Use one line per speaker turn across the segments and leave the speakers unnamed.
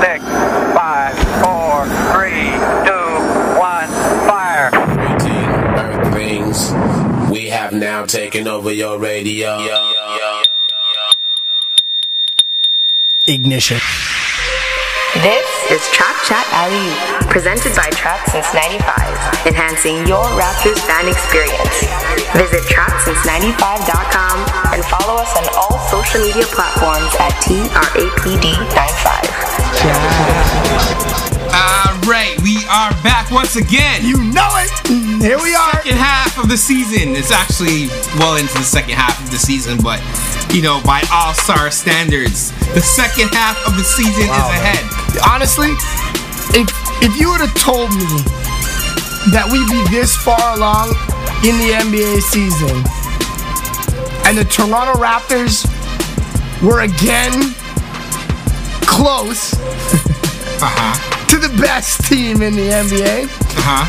six, five, four, three, two, one, fire.
routine, Earthlings. We have now taken over your radio.
Ignition.
This is Trap Chat Alley, presented by Trap Since 95, enhancing your Raptors fan experience. Visit TrapSince95.com and follow us on all social media platforms at TRAPD95.
All right, we are back once again.
You know it. Here we are.
Second half of the season. It's actually well into the second half of the season, but you know, by all star standards, the second half of the season is ahead.
Honestly, if if you would have told me that we'd be this far along in the NBA season and the Toronto Raptors were again close
Uh huh.
to the best team in the NBA,
Uh huh.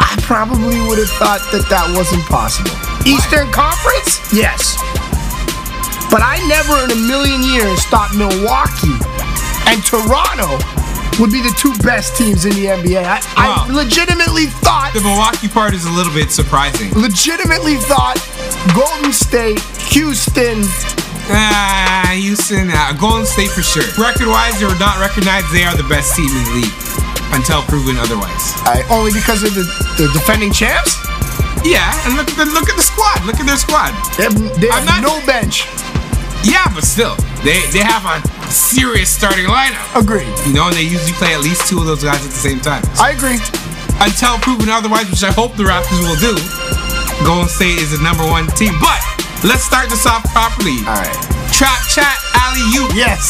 I probably would have thought that that wasn't possible. Eastern Conference? Yes. But I never in a million years thought Milwaukee and Toronto would be the two best teams in the NBA. I, I
Wow.
legitimately thought,
The Milwaukee part is a little bit surprising.
legitimately thought Golden State, Houston,
Ah, Houston, uh, Golden State for sure. Record wise, they were not recognized. They are the best team in the league until proven otherwise.
I- only because of the, the defending champs?
Yeah, and look at the look at the squad. Look at their squad.
They have, they
I'm
have
not-
no bench.
Yeah, but still, they they have a serious starting lineup.
Agreed.
You know, and they usually play at least two of those guys at the same time.
I agree.
Until proven otherwise, which I hope the Raptors will do. Golden State is the number one team. But let's start this off properly.
All right.
Trap chat alley you.
Yes.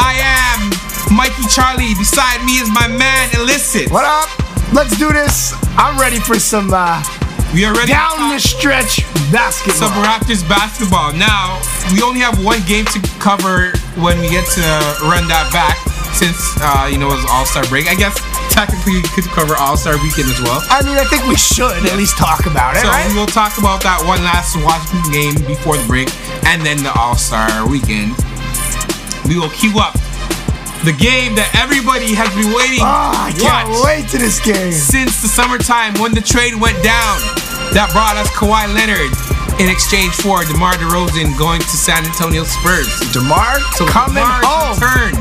I am Mikey Charlie. Beside me is my man Illicit.
What up? Let's do this. I'm ready for some uh,
We are ready. to
down
talk
the stretch
Some
basketball.
Raptors basketball. Now we only have one game to cover when we get to run that back, since uh, you know it was All Star break. I guess technically we could cover All Star weekend as well.
I mean, I think we should at least talk about it,
So
right?
we will talk about that one last Washington game before the break, and then the All Star weekend. We will queue up the game that everybody has been waiting.
Ah, I
to
can't
watch.
wait to this game.
since the summertime when the trade went down that brought us Kawhi Leonard in exchange for DeMar DeRozan going to San Antonio Spurs.
Demar
So
coming
DeMar's
home
return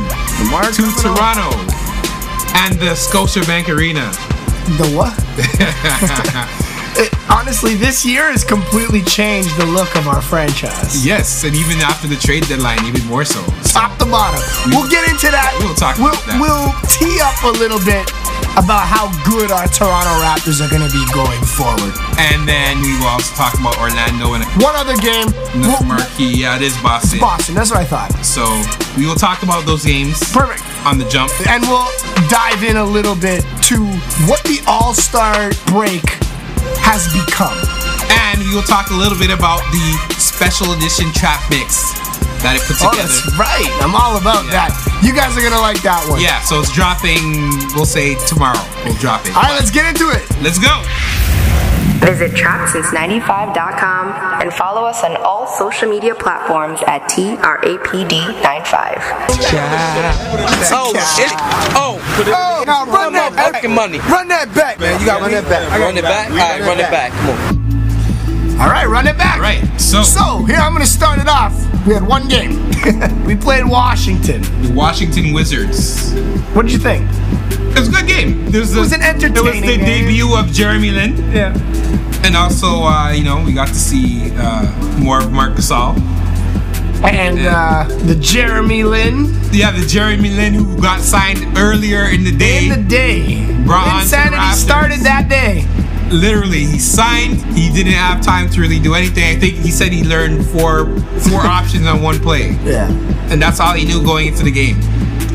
DeMar
to
coming home.
Toronto and the Scotiabank Arena.
The what? It- honestly, this year has completely changed the look of our franchise.
Yes, and even after the trade deadline, even more so.
Top to bottom. We'll get into that.
We'll talk
We'll,
about that.
we'll tee up a little bit about how good our Toronto Raptors are going to be going forward.
And then we will also talk about Orlando and
One other game.
another
We'll-
marquee. Yeah, it is Boston.
Boston. That's what I thought.
So we will talk about those games
Perfect.
on the jump.
and we'll dive in a little bit to what the All Star break has become.
And we will talk a little bit about the special edition trap mix that it put
Oh,
together.
right. I'm all about
Yeah.
that. You guys are gonna like that one.
yeah, so it's dropping, we'll say tomorrow. We'll drop it.
All right, let's get into it.
Let's go.
Visit TrapSince95.com and follow us on all social media platforms at TRAPD95.
Oh shit! Oh,
Oh,
now
run that back.
fucking money.
Run that back, man. You gotta run that back.
Run it back. All right, run it back. Come on.
All right, run it back.
All right, so,
So here I'm gonna start it off. We had one game. we played Washington.
the Washington Wizards.
What did you think?
It was a good game. It was,
It was an
It was
entertaining
the
game.
debut of Jeremy Lin.
Yeah.
And also, uh, you know, we got to see uh, more of Marc Gasol.
And uh, the Jeremy Lin
Yeah, the Jeremy Lin who got signed earlier in the day.
in the day.
Brought on to
Insanity
Raptors.
started that day.
literally he signed he didn't have time to really do anything i think he said he learned four four options on one play
Yeah.
and that's all he knew going into the game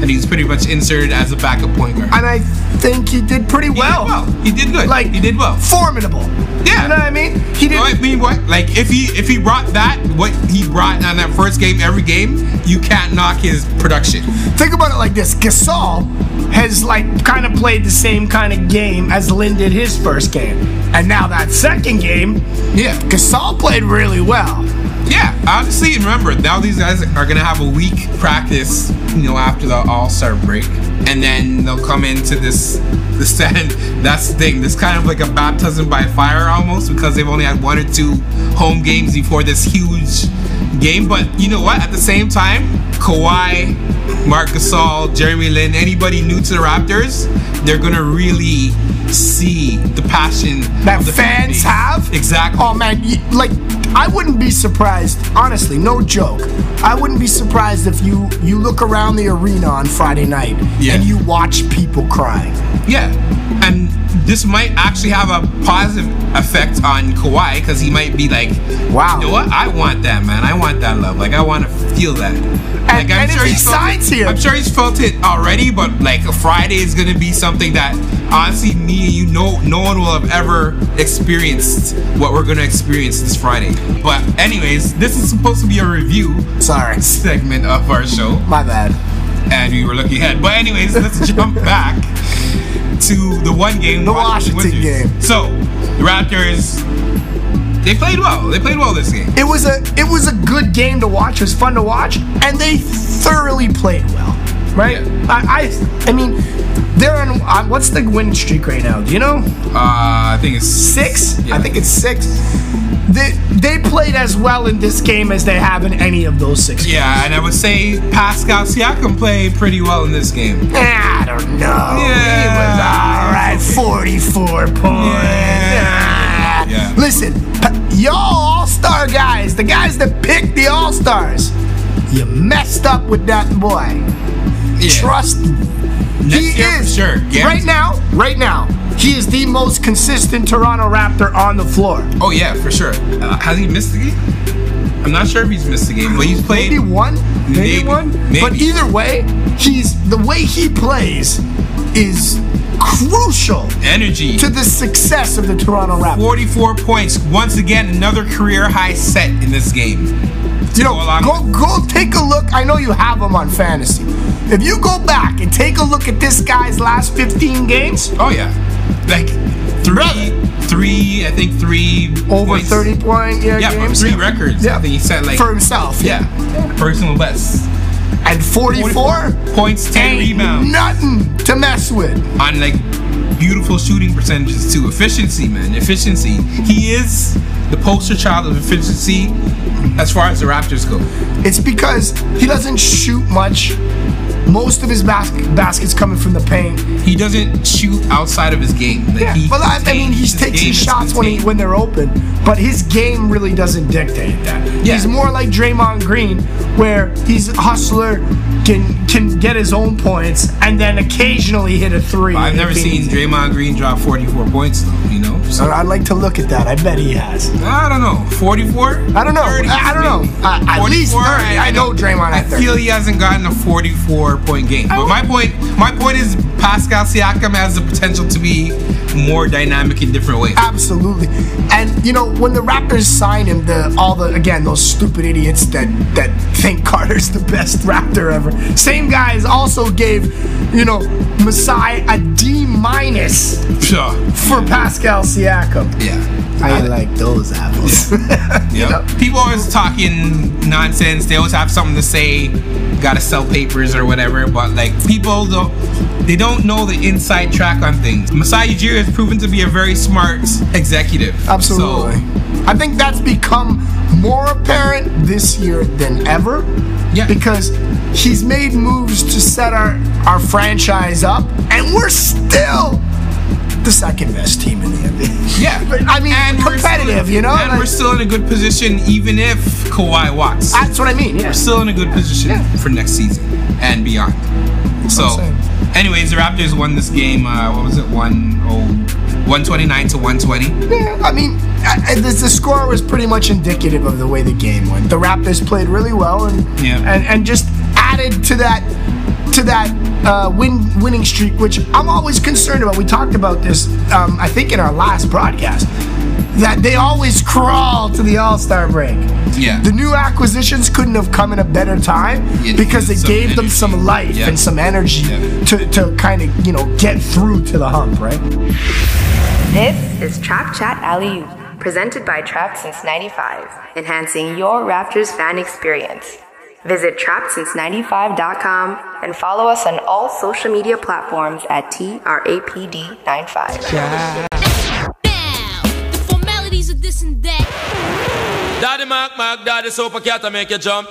and he was pretty much inserted as a backup point guard
and I think he did pretty
he
well.
did well he did good
Like
he did well
formidable.
Yeah.
you know what I mean. He did.
No, I mean what? Like if he if he brought that what he brought on that first game every game, you can't knock his production.
Think about it like this: Gasol has like kind of played the same kind of game as Lynn did his first game, and now that second game,
Yeah.
Gasol played really well.
yeah, honestly, remember now these guys are gonna have a week practice, you know, after the All Star break, and then they'll come into this the stand. That's the thing. This kind of like a baptism by fire almost because they've only had one or two home games before this huge game. But you know what? At the same time, Kawhi, Marc Gasol, Jeremy Lin, anybody new to the Raptors, they're gonna really see the passion
That
of the fan
fans
base.
have?
Exactly.
Oh man, you, like I wouldn't be surprised, honestly, no joke. I wouldn't be surprised if you you look around the arena on Friday night
Yeah.
and you watch people crying.
Yeah, and this might actually have a positive effect on Kawhi because he might be like,
Wow.
you know what? I want that, man. I want that love. Like, I want to feel that." like,
and if he
he's felt
signs
it,
here-
I'm sure he's felt it already, but like a Friday is gonna be something that honestly, me and you know, no one will have ever experienced what we're gonna experience this Friday. But anyways, this is supposed to be a review
Sorry.
segment of our show
My bad.
and we were looking ahead. But anyways, let's jump back to the one game,
The Washington
Wizards.
game.
So the Raptors, they played well. They played well this game.
It was a it was a good game to watch. It was fun to watch, and they thoroughly played well. Right?
Yeah.
I, I I mean, they're on on- what's the win streak right now? Do you know?
Uh, I think it's
six.
Yeah.
I think it's six. They, they played as well in this game as they have in any of those six.
Yeah, and I would say Pascal Siakam played pretty well in this game.
Eh, I don't know.
Yeah.
He was all right. 44 points.
Yeah.
Ah.
Yeah.
Listen, p- y'all all star guys, the guys that picked the all stars, you messed up with that boy.
Yeah.
Trust me.
Next
he
year for
is
sure. Yeah.
right now. Right now, he is the most consistent Toronto Raptor on the floor.
Oh yeah, for sure. Uh, has he missed the game? I'm not sure if he's missed the game, but he's played.
maybe one, maybe,
Maybe,
one.
maybe.
But either way, he's the way he plays is crucial
Energy.
to the success of the Toronto Raptors.
44 points. Once again, another career high set in this game.
You
go
know, go
along
go take a look. I know you have him on fantasy. If you go back and take a look at this guy's last 15 games,
Oh yeah, like three, three. I think three
over
points.
30 point yeah,
Yeah, for
games,
three records.
Yeah.
I think he said like
for himself.
yeah, personal best.
and 44
points, ten rebounds
nothing to mess with.
on like beautiful shooting percentages too. Efficiency, man, efficiency. He is the poster child of efficiency as far as the Raptors go.
It's because he doesn't shoot much. Most of his bas- baskets coming from the paint.
He doesn't shoot outside of his game. Like,
Yeah,
he
but I, I mean,
contains-
he
his
takes
game
his
is
shots when he
contained.
when they're open, but his game really doesn't dictate that.
Yeah.
He's more like Draymond Green, where he's a hustler, can can get his own points, and then occasionally hit a three.
I've
if
never
he
seen
needs it.
Draymond Green drop 44 points, though, you know? So,
I'd like to look at that. I bet he has.
I don't know. 44?
I don't know. I- I don't know. Uh, at least 30. I know Draymond
I
at 30.
feel he hasn't gotten a 44 point game. But my point, my point is Pascal Siakam has the potential to be more dynamic in different ways.
Absolutely. And you know, when the Raptors sign him, the all the again those stupid idiots that that think Carter's the best Raptor ever. Same guys also gave, you know, Masai a D minus
Sure.
for Pascal Siakam.
Yeah.
I like those apples.
Yep. People always talking nonsense. They always have something to say. Gotta sell papers or whatever. But like people don't they don't know the inside track on things. Masai Ujiri has proven to be a very smart executive.
Absolutely.
So,
I think that's become more apparent this year than ever.
Yeah.
Because he's made moves to set our, our franchise up, and we're still the second best team in the NBA.
Yeah,
But, I mean,
we're still-
competitive, you know?
And
Like-
we're still in a good position, even if Kawhi walks.
That's what I mean. Yeah.
we're still in a good position for next season and beyond. So,
what I'm
anyways, the Raptors won this game. Uh, what was it? One oh, 129 to 120.
Yeah, I mean, I, I, the, the score was pretty much indicative of the way the game went. The Raptors played really well, and
Yeah.
and, and just added to that to that uh, win winning streak, which I'm always concerned about. We talked about this, um, I think, in our last broadcast, that they always crawl to the All Star break.
Yeah.
The new acquisitions couldn't have come in a better time
Yeah,
because they
some
gave them
energy.
some life
Yeah.
and some energy
Yeah.
to, to kind of you know get through to the hump, right?
This is Trap Chat Alley Oop, presented by Trapped Since 95, enhancing your Raptors fan experience. Visit trappedsince95.com and follow us on all social media platforms at TRAPD95.
Now, the formalities of this and that.
Daddy Mac Mac, Daddy Super Cat, I make you jump.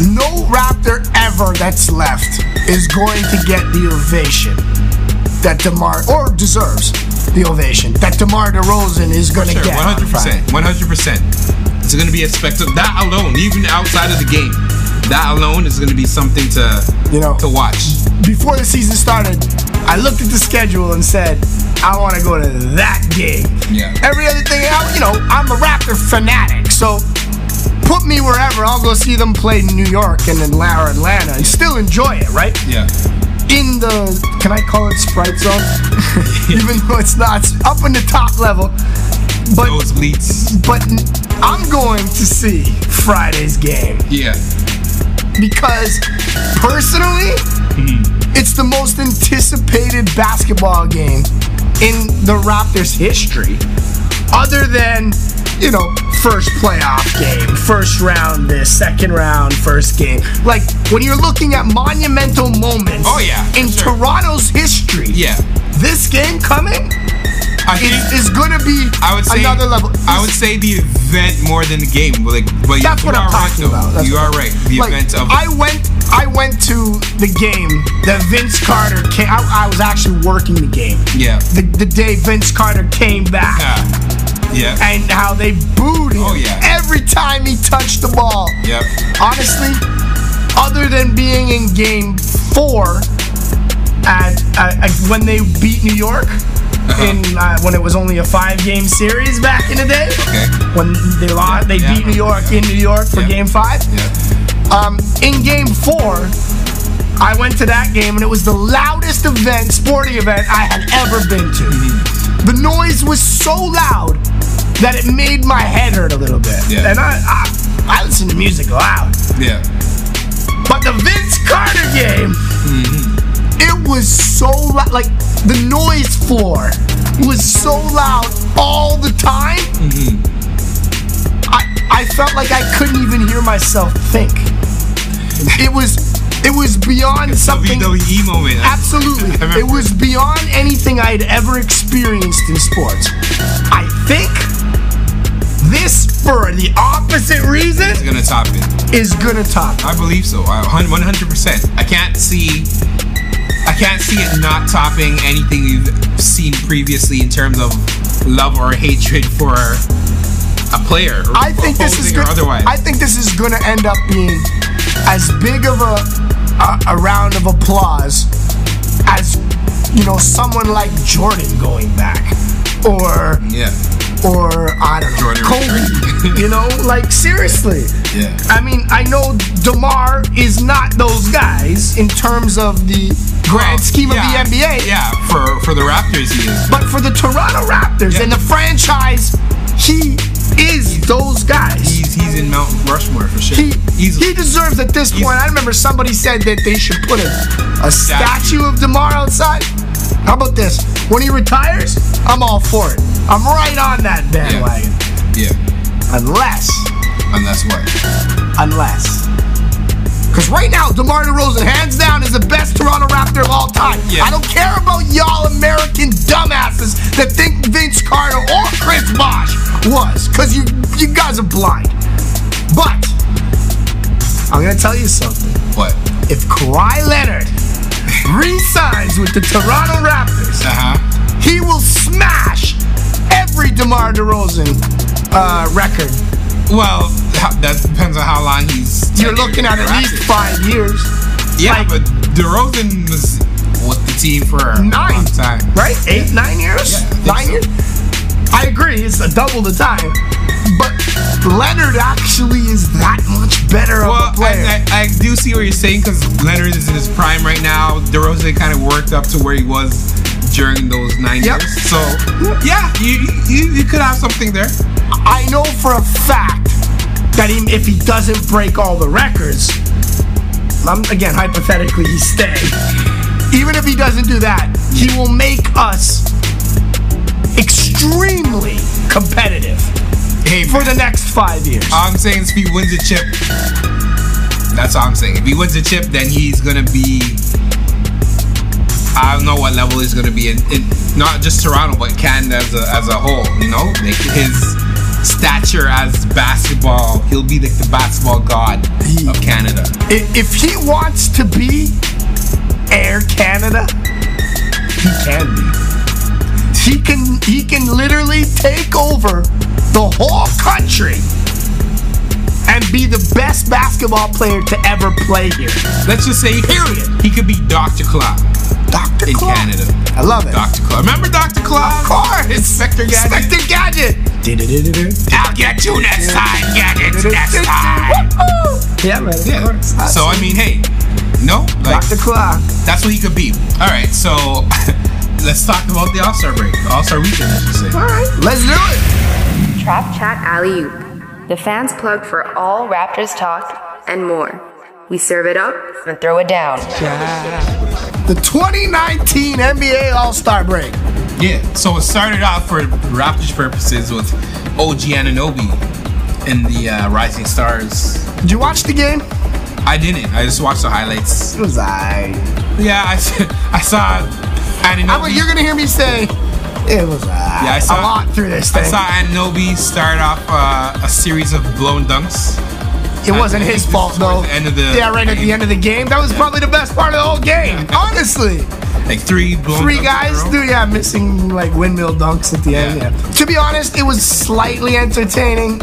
No Raptor ever that's left is going to get the ovation that DeMar, or deserves the ovation that DeMar DeRozan is going to
Sure,
get. on
100%.
Friday.
100%. It's going to be a spectacle. That alone, even outside of the game, that alone is going to be something to
You know-
to watch.
Before the season started, I looked at the schedule and said, I want to go to that gig.
Yeah.
Every other thing, I, you know, I'm a Raptor fanatic, so put me wherever. I'll go see them play in New York and then La- or Atlanta and still enjoy it, right?
Yeah.
in the can I call it Sprite Zone? Even though it's not it's up in the top level, but
Those bleats.
but I'm going to see Friday's game
Yeah.
because personally, it's the most anticipated basketball game in the Raptors history, other than you know first playoff game, first round this, second round, first game. Like when you're looking at monumental moments.
Oh, yeah,
in
sure.
Toronto's history.
Yeah.
this game coming
I
is, is gonna be
I would say
another level.
I would say the event more than the game. but Like, but
That's
you
what
are
I'm talking
right, though.
about. That's
you
what
are
I'm-
right. The
like,
event of
I went I went to the game that Vince Carter came I, I was actually working the game.
Yeah.
The, the day Vince Carter came back
yeah, yeah,
and how they booed him
Oh, yeah.
every time he touched the ball.
Yep.
Honestly, other than being in game four at, at, at- when they beat New York
Uh-huh.
in uh, when it was only a five game series back in the day.
Okay.
When they lost, they
yeah, I
beat New York
remember,
in New York for
Yeah.
game five.
yeah.
Um, in game four, I went to that game and it was the loudest event, sporting event I had ever been to.
Mm-hmm.
The noise was so loud that it made my head hurt a little bit.
Yeah.
And I, I, I listen to music loud.
yeah.
But the Vince Carter game,
Mm-hmm.
it was so loud. Like, the noise floor was so loud all the time.
Mm-hmm.
I, I felt like I couldn't even hear myself think. It was, it was beyond something.
WWE moment.
Absolutely.
E I remember.
It was beyond anything I had ever experienced in sports. I think this, for the opposite
It's
reason,
gonna top it.
is gonna top. it.
I believe so. One hundred percent. I can't see. I can't see it not topping anything you've seen previously in terms of love or hatred for a player. or
I think this is
opposing
good.
Or otherwise.
I think this is gonna end up being as big of a, a a round of applause as you know someone like Jordan going back, or
yeah.
or I don't know
Jordan returning.
Kobe. you know, like seriously.
Yeah.
I mean, I know Demar is not those guys in terms of the grand
Well,
scheme
yeah,
of the NBA.
Yeah, for for the Raptors, he is.
But for the Toronto Raptors
Yeah.
and the franchise, he is those guys.
He's he's in Mount Rushmore for sure.
he,
Easily.
he deserves at this point. I remember somebody said that they should put a, a statue of DeMar outside. How about this? When he retires, I'm all for it. I'm right on that
yeah.
bandwagon.
yeah.
Unless,
Unless what?
unless. Because right now, DeMar DeRozan, hands down, is the best Toronto Raptor of all time.
Yeah.
I don't care about y'all American dumbasses that think Vince Carter or Chris Bosh was, because you, you guys are blind. But, I'm going to tell you something.
What?
If Kawhi Leonard re-signs with the Toronto Raptors,
Uh huh.
he will smash every DeMar DeRozan uh, record.
Well, ha- that depends on how long he's.
You're looking at at least five years,
Yeah,
like-
but DeRozan was with the team for a long
nine,
time.
right? Eight, nine years,
Yeah, I think
nine
so.
years. I agree, it's a double the time, but Leonard actually is that much better
Well,
of a player.
I, I, I do see what you're saying because Leonard is in his prime right now. DeRozan kind of worked up to where he was during those nine
Yep.
years. So, yeah, you, you you could have something there.
I know for a fact that even if he doesn't break all the records, I'm again hypothetically he's staying. Even if he doesn't do that, he will make us extremely competitive
Hey,
for the next five years.
All I'm saying is if he wins a chip, that's all I'm saying. If he wins a chip, then he's gonna be. I don't know what level he's gonna be in, in not just Toronto, but Canada as a, as a whole. You know, like his stature as basketball, he'll be like the basketball god of Canada.
I- If he wants to be Air Canada, he can be. He can he can literally take over the whole country and be the best basketball player to ever play here.
Let's just say, period, he could be Dr. Claw
Dr.
in
Claw.
Canada.
I love it.
Dr. Claw. Remember Dr. Claw? Of course. Inspector Gadget.
Inspector Gadget.
I'll get you next time, Gadget. Next time.
Yeah, man.
Yeah. So I mean, hey, no, like
Dr. Claw.
that's what he could be. All right, so let's talk about the All Star break, All Star weekend, I should say.
All right, let's do it.
Trap Chat Alley Oop. The fans plug for all Raptors talk and more. We serve it up and throw it down.
The 2019 NBA All Star Break.
Yeah. So it started off for Raptors purposes with OG Ananobi and the uh, Rising Stars.
Did you watch the game?
I didn't. I just watched the highlights.
It was I.
Yeah, I, s- I saw Ananobi.
I you're gonna hear me say it was I.
Yeah, I saw-
a lot through this
I
thing.
saw Ananobi start off uh, a series of blown dunks.
It wasn't his fault though.
Towards the end of the
yeah, right at the
game.
end of the game. That was probably the best part of the whole game. Honestly,
Like three blown
three
dunks in a
guys,
row.
dude, yeah, missing like windmill dunks at the end.
Yeah.
Yeah. To be honest, it was slightly entertaining,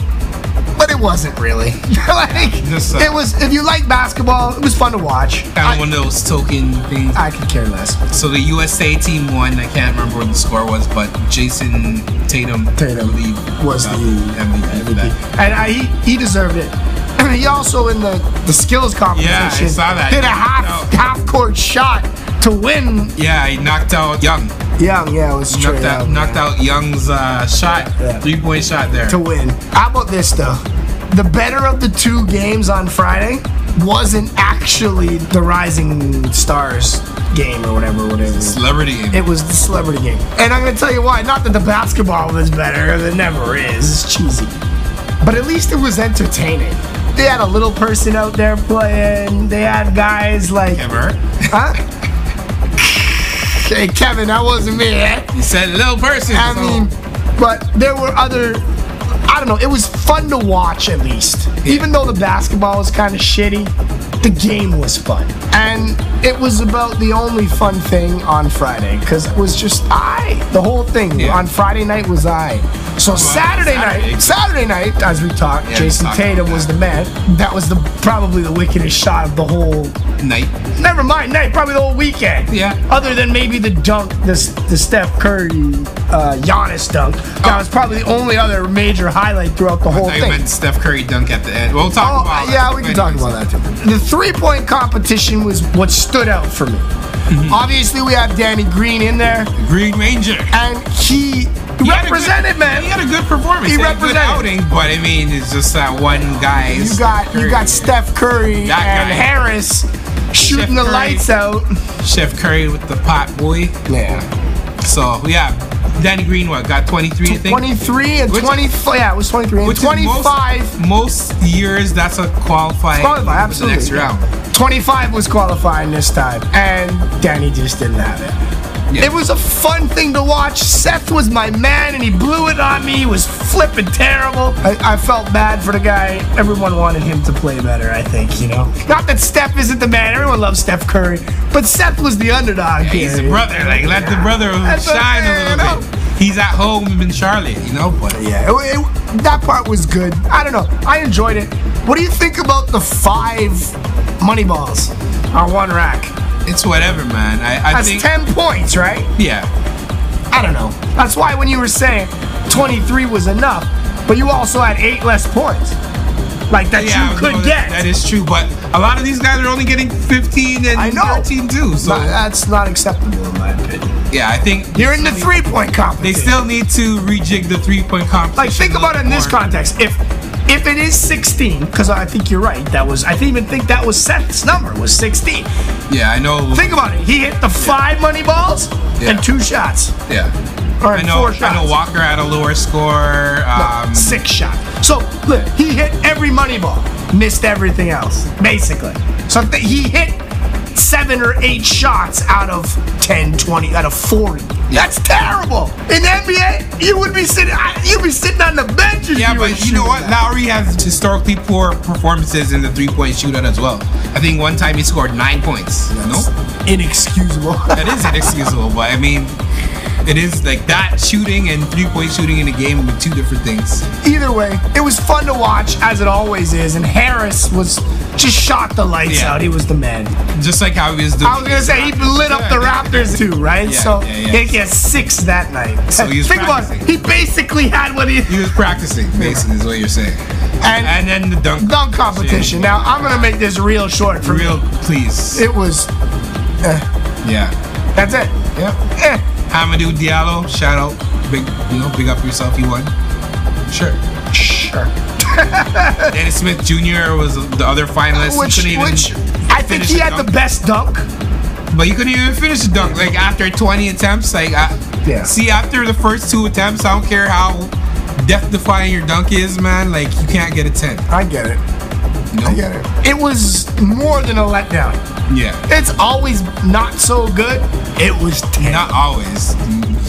but it wasn't really. like
Just, uh,
it was. If you like basketball, it was fun to watch.
Kind of one of those token things.
I could care less.
So the USA team won. I can't remember what the score was, but Jason Tatum,
Tatum
I believe,
was
got
the
MVP. for that.
And I, he, he deserved it. he also in the, the skills competition
Yeah, I saw that.
did a
Yeah,
half
no.
half court shot to win.
Yeah, he knocked out Young.
Young, yeah, it was
Knocked
straight
out,
up,
knocked
yeah.
out Young's uh, shot,
Yeah.
three point shot there.
to win. How about this though? The better of the two games on Friday wasn't actually the Rising Stars game or whatever, whatever.
Celebrity.
It was the celebrity game. And I'm gonna tell you why. Not that the basketball was better, it never is. It's cheesy. But at least it was entertaining. They had a little person out there playing. They had guys like
Ever.
Huh? hey Kevin, that wasn't me, eh?
He said little person.
I
so-
mean, but there were other. I don't know. It was fun to watch at least. Even though the basketball was kind of shitty, the game was fun. And it was about the only fun thing on Friday because it was just I. The whole thing
Yeah.
on Friday night was I. So Saturday,
Saturday.
night, Saturday night, as we talked,
Yeah, we
Jason
talked about
Tatum was
that.
the man. That was the probably the wickedest shot of the whole
night.
Never mind night, probably the whole weekend.
Yeah.
Other than maybe the dunk, this the Steph Curry, uh, Giannis dunk. That
Oh.
was probably the only other major highlight throughout the whole
I
thing.
meant Steph Curry dunk at the end. We'll talk
Oh,
about.
yeah,
that.
we can talk about that too. The three point competition was what stood out for me.
Mm-hmm.
Obviously, we have Danny Green in there,
Green Ranger.
and he,
He had a
represented,
good,
man.
He had a good performance.
He
had a good
represented.
outing, but I mean, it's just that one guy.
you got you got Steph Curry
That
and
guy.
Harris shooting the
Curry.
lights out.
Chef Curry with the pot boy.
Yeah.
So yeah, Danny Green what got 23 I think.
23 and
Which-
24. Yeah, it was 23 and
Which is
25.
most, most years that's a qualifying
Qualify,
for the
absolutely.
next round.
25 was qualifying this time, and Danny just didn't have it.
Yeah.
It was a fun thing to watch. Seth was my man, and he blew it on me. He was flipping terrible. I, I felt bad for the guy. Everyone wanted him to play better, I think, you know? Not that Steph isn't the man. Everyone loves Steph Curry, but Seth was the underdog here.
He's the brother, like let the brother
That's what I'm
shine
saying,
a little bit. He's at home in Charlotte, you know, but
Yeah, it- it- that part was good. I don't know. I enjoyed it. What do you think about the five money balls on one rack?
it's whatever, man. I, I
That's
think
10 points, right?
yeah,
I don't know. That's why when you were saying 23 was enough, but you also had eight less points. Like that
yeah,
you
no,
could
that-
get.
that is true. But a lot of these guys are only getting 15 and
I know.
13 too. So
Nah, that's not acceptable in my opinion.
yeah, I think
You're in the three point
they
competition.
still need to rejig the three point competition.
like think
a
about it in
little
this
more.
context. If if it is 16, because I think you're right, that was I didn't even think that was Seth's number was 16.
Yeah, I know.
Think about it. He hit the five money balls
Yeah.
and two shots.
Yeah.
All
I
right,
know.
four
I
shots.
know. Walker had a lower score. Um,
Six shot. So look, he hit every money ball, missed everything else, basically. So th- he hit seven or eight shots out of 10, 20, out of 40. That's terrible. In the NBA, you would be sitting, I- you'd be sitting on the bench. If
Yeah,
you were
but you know
shooting
what?
that.
Lowry has historically poor performances in the three-point shootout as well. I think one time he scored nine points. No,
Inexcusable.
that is inexcusable. but I mean, it is like that shooting and three-point shooting in a game are two different things.
Either way, it was fun to watch as it always is, and Harris was just shot the lights
Yeah.
out. He was the man.
Just like how he was doing.
I was gonna say he lit up the Raptors too, right?
Yeah,
so
yeah, yeah.
he gets six that night.
So he was
Think about it.
practicing.
He basically had what he
He was practicing, basically, is what you're saying.
And-
and then the dunk.
dunk competition. Now I'm gonna make this real short for
Real,
me.
please.
It was.
yeah.
That's it.
Yeah.
Eh.
Hamadou Diallo, shout out. Big, you know, big up yourself. You won. Sure.
Sure.
Dennis Smith Jr. was the other finalist.
Which,
He couldn't
which,
even
I think
finish
he had
dunk.
the best dunk.
But he couldn't even finish the dunk. Like after 20 attempts, like I,
Yeah.
See, after the first two attempts, I don't care how death-defying your dunk is, man. Like you can't get a 10.
I get it.
You know?
It was more than a letdown.
Yeah.
It's always not so good. It was 10.
Not always.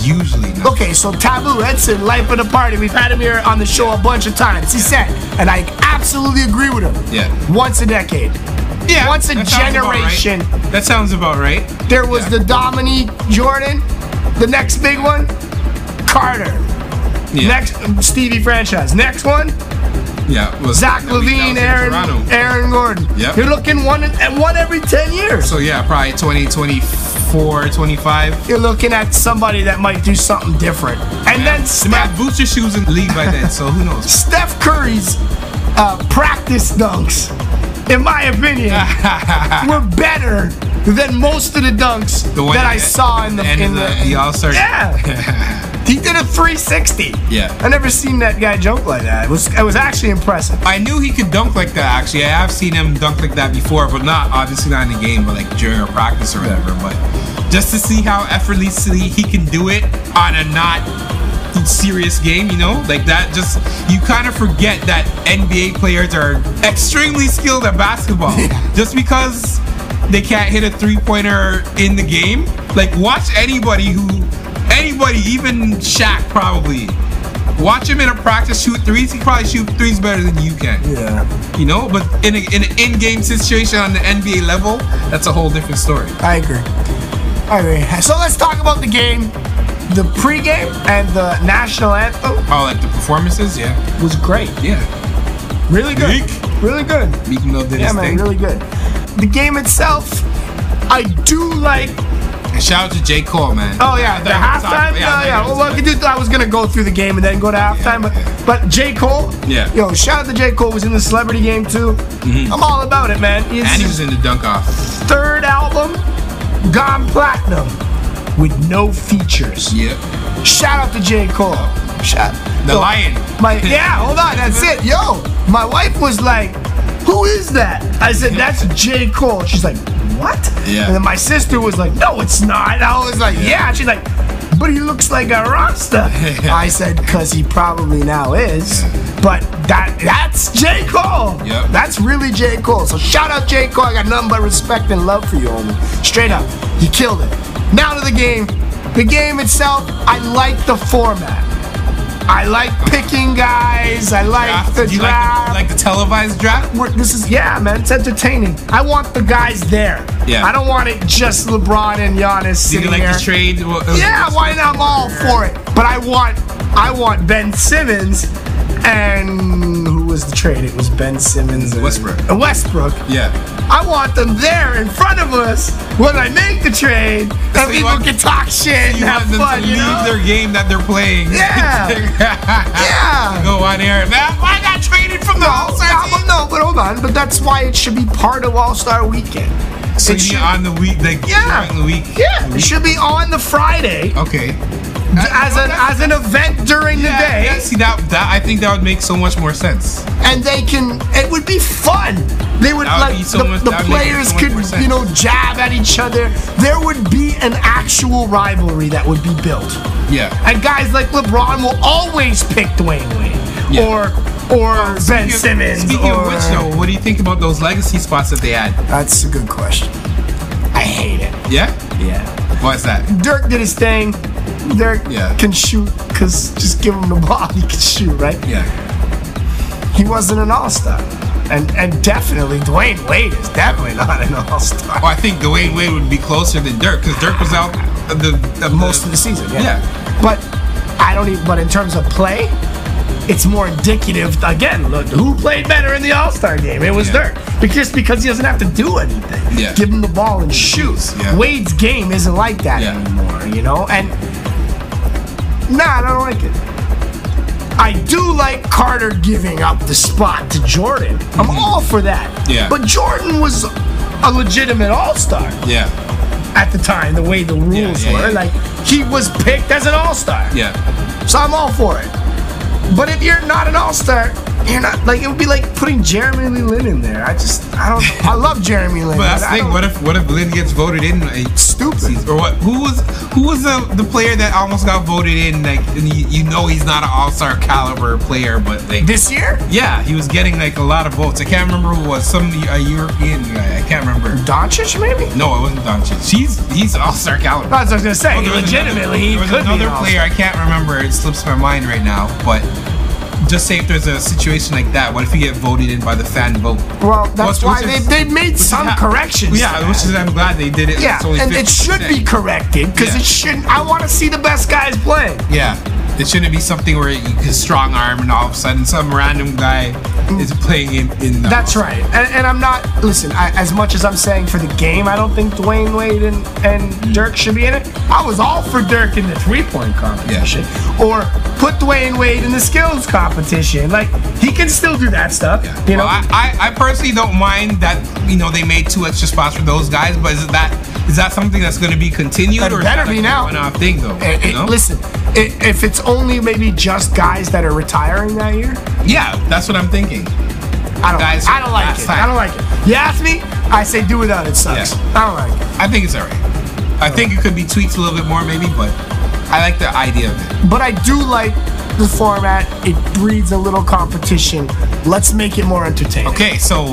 Usually not.
Okay, so Taboo Edson, life of the party. We've had him here on the show a bunch of times. He said, and I absolutely agree with him.
Yeah.
Once a decade,
Yeah.
once a
that sounds about right.
generation.
That sounds about right.
there was the Dominique Jordan. The next big one, Carter.
Yeah.
Next, um, Stevie franchise. Next one,
Yeah. it Was,
Zach
that was- that
Levine,
was in
Aaron,
Toronto.
Aaron Gordon.
Yep.
You're looking one at one every 10 years.
So yeah, probably 20, 24, 25.
You're looking at somebody that might do something different. And then
They might
Steph
have boots or shoes in the league by then, so who knows?
Steph Curry's uh, practice dunks, in my opinion, were better than most of the dunks
The one
that
at
I
the-
saw in the
end of
in
the- the All-Star.
Yeah, he did a 360.
Yeah.
I never seen that guy jump like that. It was it was actually impressive.
I knew he could dunk like that. Actually, I have seen him dunk like that before, but not obviously not in the game, but like during a practice or whatever. But just to see how effortlessly he can do it on a not serious game, you know, like that. Just you kind of forget that NBA players are extremely skilled at basketball, just because they can't hit a three-pointer in the game. Like watch anybody who, anybody, even Shaq probably. Watch him in a practice shoot threes. He probably shoot threes better than you can.
Yeah,
You know, but in a, in an in-game situation on the NBA level, that's a whole different story.
I agree. I agree. So let's talk about the game. The pregame and the national anthem
Oh, like the performances, yeah,
was great.
yeah.
Really good.
Meek.
Really good.
Meek Mill did
Yeah,
his
man,
thing.
really good. The game itself, I do like
And shout out to J. Cole, man.
Oh yeah, the
I thought-
halftime. Oh, Yeah, yeah. Well, well, I could do- I was gonna go through the game and then go to halftime, but
yeah.
but J Cole.
Yeah. Mm-hmm.
Yo, shout out to J Cole was in the celebrity game too. I'm all about it, man. It's
And he was
his
in the dunk off.
third album, gone platinum, with no features.
Yeah.
Shout out to J Cole. Shout
The
Yo,
lion.
My yeah, hold on, that's it. Yo, my wife was like, "Who is that?" I said, "That's J Cole." She's like, "What?"
Yeah.
And then my sister was like, "No, it's not." And I was like, "Yeah." She's like, "But he looks like a Rasta." I said, "Cause he probably now is." But that that's J Cole.
Yep.
That's really J Cole. So shout out J Cole. I got nothing but respect and love for you, homie. Straight up, you killed it. Now to the game. The game itself, I like the format. I like picking guys. I like the
Do you
draft.
Like, the, like the televised draft?
We're- this is yeah, man. It's entertaining. I want the guys there.
Yeah.
I don't want it just LeBron and Giannis
Did you
sitting
like
there.
the trade? Well, it was-
yeah, why not? I'm all for it. But I want, I want Ben Simmons, and who was the trade? It was Ben Simmons and
Westbrook.
and Westbrook.
Yeah.
I want them there in front of us when I make the trade,
So
and
you
people
want-
can talk shit and
You
have
want them
fun.
to
you
leave
know?
their game that they're playing.
Yeah. Yeah.
Go on air. Man, I got traded from the
No,
All-Star
no,
team.
but no, but hold on. But that's why it should be part of All Star Weekend.
So
it
you mean
should,
on the week, like
yeah,
during the week.
Oh, yeah, it should be on the Friday
Okay.
as an as an event during the
Yeah,
day,
yeah, see that that I think that would make so much more sense.
and they can. It would be fun. They would
That would
like
be so
the,
much-
the
that would make
players
so much
could
more sense.
you know jab at each other. There would be an actual rivalry that would be built.
Yeah.
And guys like LeBron will always pick Dwayne Wade
Yeah.
or or Ben Simmons.
Speaking
or-
of which, though, what do you think about those legacy spots that they had?
that's a good question. I hate it.
Yeah.
Yeah.
Why is that?
Dirk did his thing. Dirk
Yeah.
can shoot because just give him the ball, he can shoot, right?
Yeah.
He wasn't an all star. And and definitely Dwayne Wade is definitely not an all star.
Oh, I think Dwayne Wade would be closer than Dirk because Dirk was out the, the
most of the season. Yeah.
Yeah.
But I don't even. But in terms of play, it's more indicative. Again, look who played better in the All Star game. It was
Yeah.
Dirk. Because just because he doesn't have to do anything.
Yeah.
Give him the ball and shoot.
Yeah.
Wade's game isn't like that
Yeah.
anymore. You know. And nah, I don't like it. I do like Carter giving up the spot to Jordan. I'm all for that.
Mm-hmm. Yeah.
But Jordan was a legitimate All Star
Yeah.
at the time, the way the rules
yeah,
were.
yeah.
Like he was picked as an all star.
Yeah.
So I'm all for it. But if you're not an all star, you're not like it would be like putting Jeremy Lin in there. I just I don't I love Jeremy Lin.
But that's the
I
thing.
don't-
What if what if Lynn gets voted in? Like,
stupid.
Or what? Who was who was the, the player that almost got voted in? Like, and you, you know he's not an All Star caliber player, but like
This year?
yeah, he was getting like a lot of votes. I can't remember who it was. Some a European guy. I can't remember.
Doncic maybe?
No, it wasn't Doncic. He's he's All Star caliber.
That's what I was gonna say.
Oh, there was
Legitimately, he
another,
could
there was
be
another
an
player I can't remember. It slips my mind right now, but. Just say if there's a situation like that, what if you get voted in by the fan vote?
Well, that's
Which-
why
which is-
they, they made some
Yeah.
corrections.
Yeah,
to
which
that.
is I'm glad they did it.
yeah,
It's only
and it should be
50%.
corrected because
Yeah.
it shouldn't. I want to see the best guys play.
Yeah, it shouldn't be something where you can strong arm and all of a sudden some random guy is playing in. in the
That's right. And, and I'm not, listen, I, as much as I'm saying for the game, I don't think Dwayne Wade and, and Dirk should be in it. I was all for Dirk in the three point competition. Or put Dwayne Wade in the skills competition. Like, he can still do that stuff. You know?
Well, I, I, I personally don't mind that you know they made two extra spots for those guys, but is that is that something that's going to be continued
It
or is
better
that like
be
a
now.
one-off thing though?
It-
you
it-
know?
listen, i if it's only maybe just guys that are retiring that year,
yeah, that's what I'm thinking.
I don't,
Guys
I don't like
last
it.
time.
I don't like it. You ask me, I say do without it sucks.
Yeah.
I don't like it.
I think it's alright. I think it could be tweaked a little bit more maybe, but I like the idea of it.
But I do like the format. It breeds a little competition. Let's make it more entertaining.
Okay, so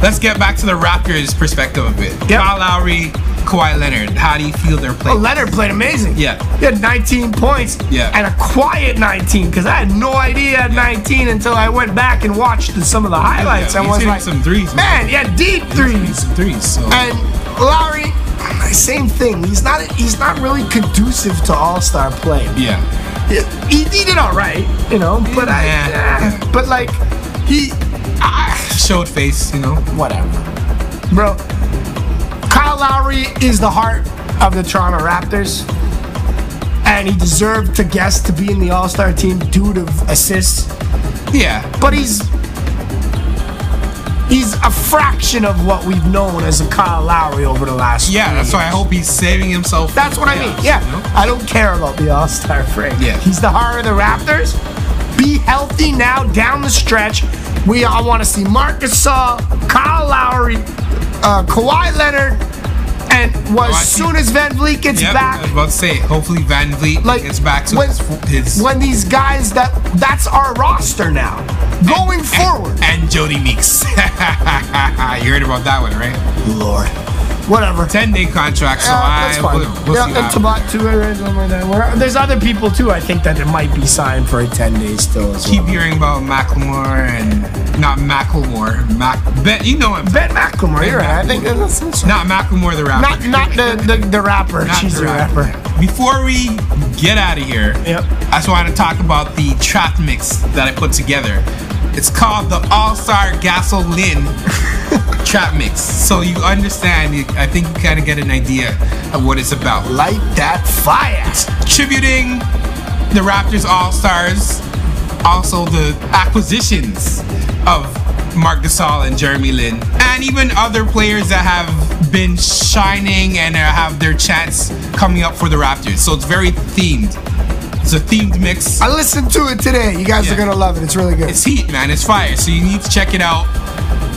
let's get back to the Raptors' perspective of it.
Yep.
Kyle Lowry, Kawhi Leonard, how do you feel they're
Oh,
playing?
Leonard played amazing.
Yeah.
He had 19 points.
Yeah.
And a quiet 19, because I had no idea he had 19 until I went back and watched the- some of the highlights.
yeah,
I
he's
was
hitting
like,
some threes, man.
Man, yeah, deep
He's
threes.
some threes. So.
And Lowry, same thing. He's not he's not really conducive to all-star play.
yeah.
He, he did all right, you know, but I
Yeah.
but like he
Showed face, you know.
whatever. Bro, Kyle Lowry is the heart of the Toronto Raptors. And he deserved to guess to be in the All Star team due to assists.
Yeah.
But he's he's a fraction of what we've known as a Kyle Lowry over the last
Yeah,
three
that's why I
years.
hope he's saving himself.
That's what I mean. Yeah.
you know?
I don't care about the All Star break.
Yeah.
He's the heart of the Raptors. Be healthy now down the stretch. We all want to see Marcus Saul, Kyle Lowry, uh, Kawhi Leonard, and well,
Oh, I
as
see-
soon as Van Vliet gets
Yep,
back,
I was about to say, hopefully Van Vliet
like
gets back to
when,
his, his
when these guys that that's our roster now going forward.
and Jody Meeks. you heard about that one, right?
Lord, whatever.
Ten day contract, so
Yeah,
I
that's fine.
we'll- we'll
yeah,
see what
and
happens
Tabat
there.
too. or something like that. Where- There's other people too. I think that it might be signed for a 10 days still as
Keep
well.
hearing about Macklemore and not Macklemore, Mac. Bet you know him.
Ben McLemore, you're right. I think that's, that's
Not Macklemore the rapper.
not not the the, the rapper.
Not
She's
the
a rapper.
rapper. Before we get out of here,
Yep.
I just wanted to talk about the trap mix that I put together. It's called the All Star Gasoline Trap Mix. So you understand, you- I think you kind of get an idea of what it's about.
Light that fire.
Tributing the Raptors All Stars, also the acquisitions of Mark Gasol and Jeremy Lin, and even other players that have been shining and uh, have their chance coming up for the Raptors. So it's very themed. It's a themed mix.
I listened to it today. You guys
Yeah.
are gonna love it. It's really good.
It's heat, man. It's fire. So you need to check it out.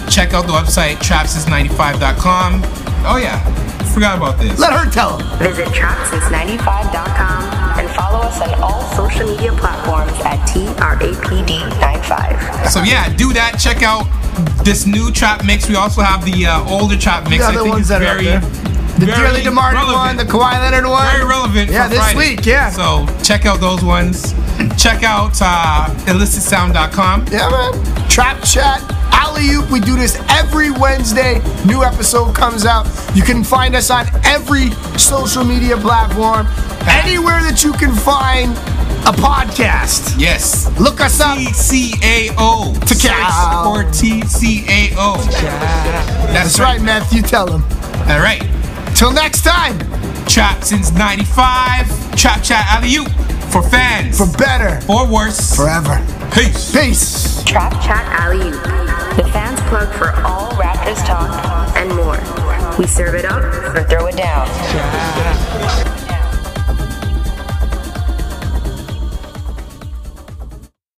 Check out the website, trapsis95.com. Oh, yeah. Forgot about this.
Let her tell him.
Visit trapsince95.com and follow us on all social media platforms at TRAPD95.
So, yeah, do that. Check out this new trap mix. We also have the uh, older trap mix.
The other ones that are out there. The
very
Dearly Demarted one,
relevant.
the Kawhi Leonard one.
very relevant.
Yeah,
for
this
Friday.
week. Yeah.
So check out those ones. Check out uh, illicitsound.com.
Yeah, man. Trap Chat, Alley Oop. We do this every Wednesday. New episode comes out. You can find us on every social media platform, anywhere that you can find a podcast.
Yes. E
Look us up.
TCAO.
Check it out.
Or TCAO. That's
That's right, Matthew. Tell them.
All right.
Till next time,
Trap since 95. Trap Chat Alley Oop. For fans.
for better,
or worse.
forever.
Peace.
Peace.
Trap Chat Alley Oop, the fans plug for all Raptors talk and more. We serve it up or throw it down.